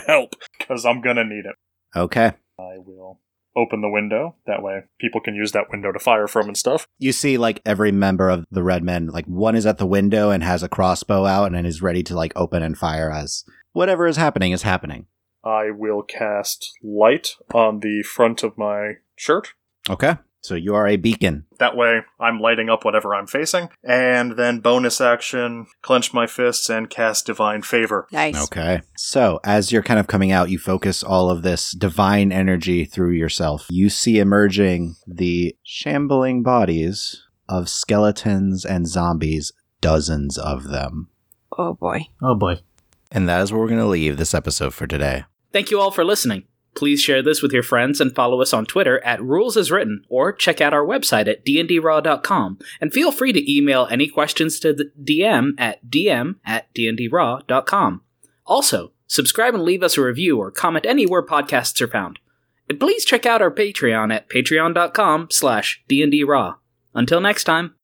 Speaker 5: help, because I'm gonna need it.
Speaker 1: Okay.
Speaker 5: I will open the window. That way, people can use that window to fire from and stuff.
Speaker 1: You see, like every member of the Red Men, like one is at the window and has a crossbow out and is ready to like open and fire as whatever is happening is happening.
Speaker 5: I will cast light on the front of my shirt.
Speaker 1: Okay. So you are a beacon.
Speaker 5: That way, I'm lighting up whatever I'm facing. And then, bonus action, clench my fists and cast Divine Favor.
Speaker 2: Nice.
Speaker 1: Okay. So as you're kind of coming out, you focus all of this divine energy through yourself. You see emerging the shambling bodies of skeletons and zombies, dozens of them.
Speaker 2: Oh boy.
Speaker 3: Oh boy.
Speaker 7: And that is where we're going to leave this episode for today.
Speaker 4: Thank you all for listening. Please share this with your friends and follow us on Twitter at Rules Is Written or check out our website at dndraw.com and feel free to email any questions to the DM at dm at dndraw.com. Also, subscribe and leave us a review or comment anywhere podcasts are found. And please check out our Patreon at patreon.com slash dndraw. Until next time.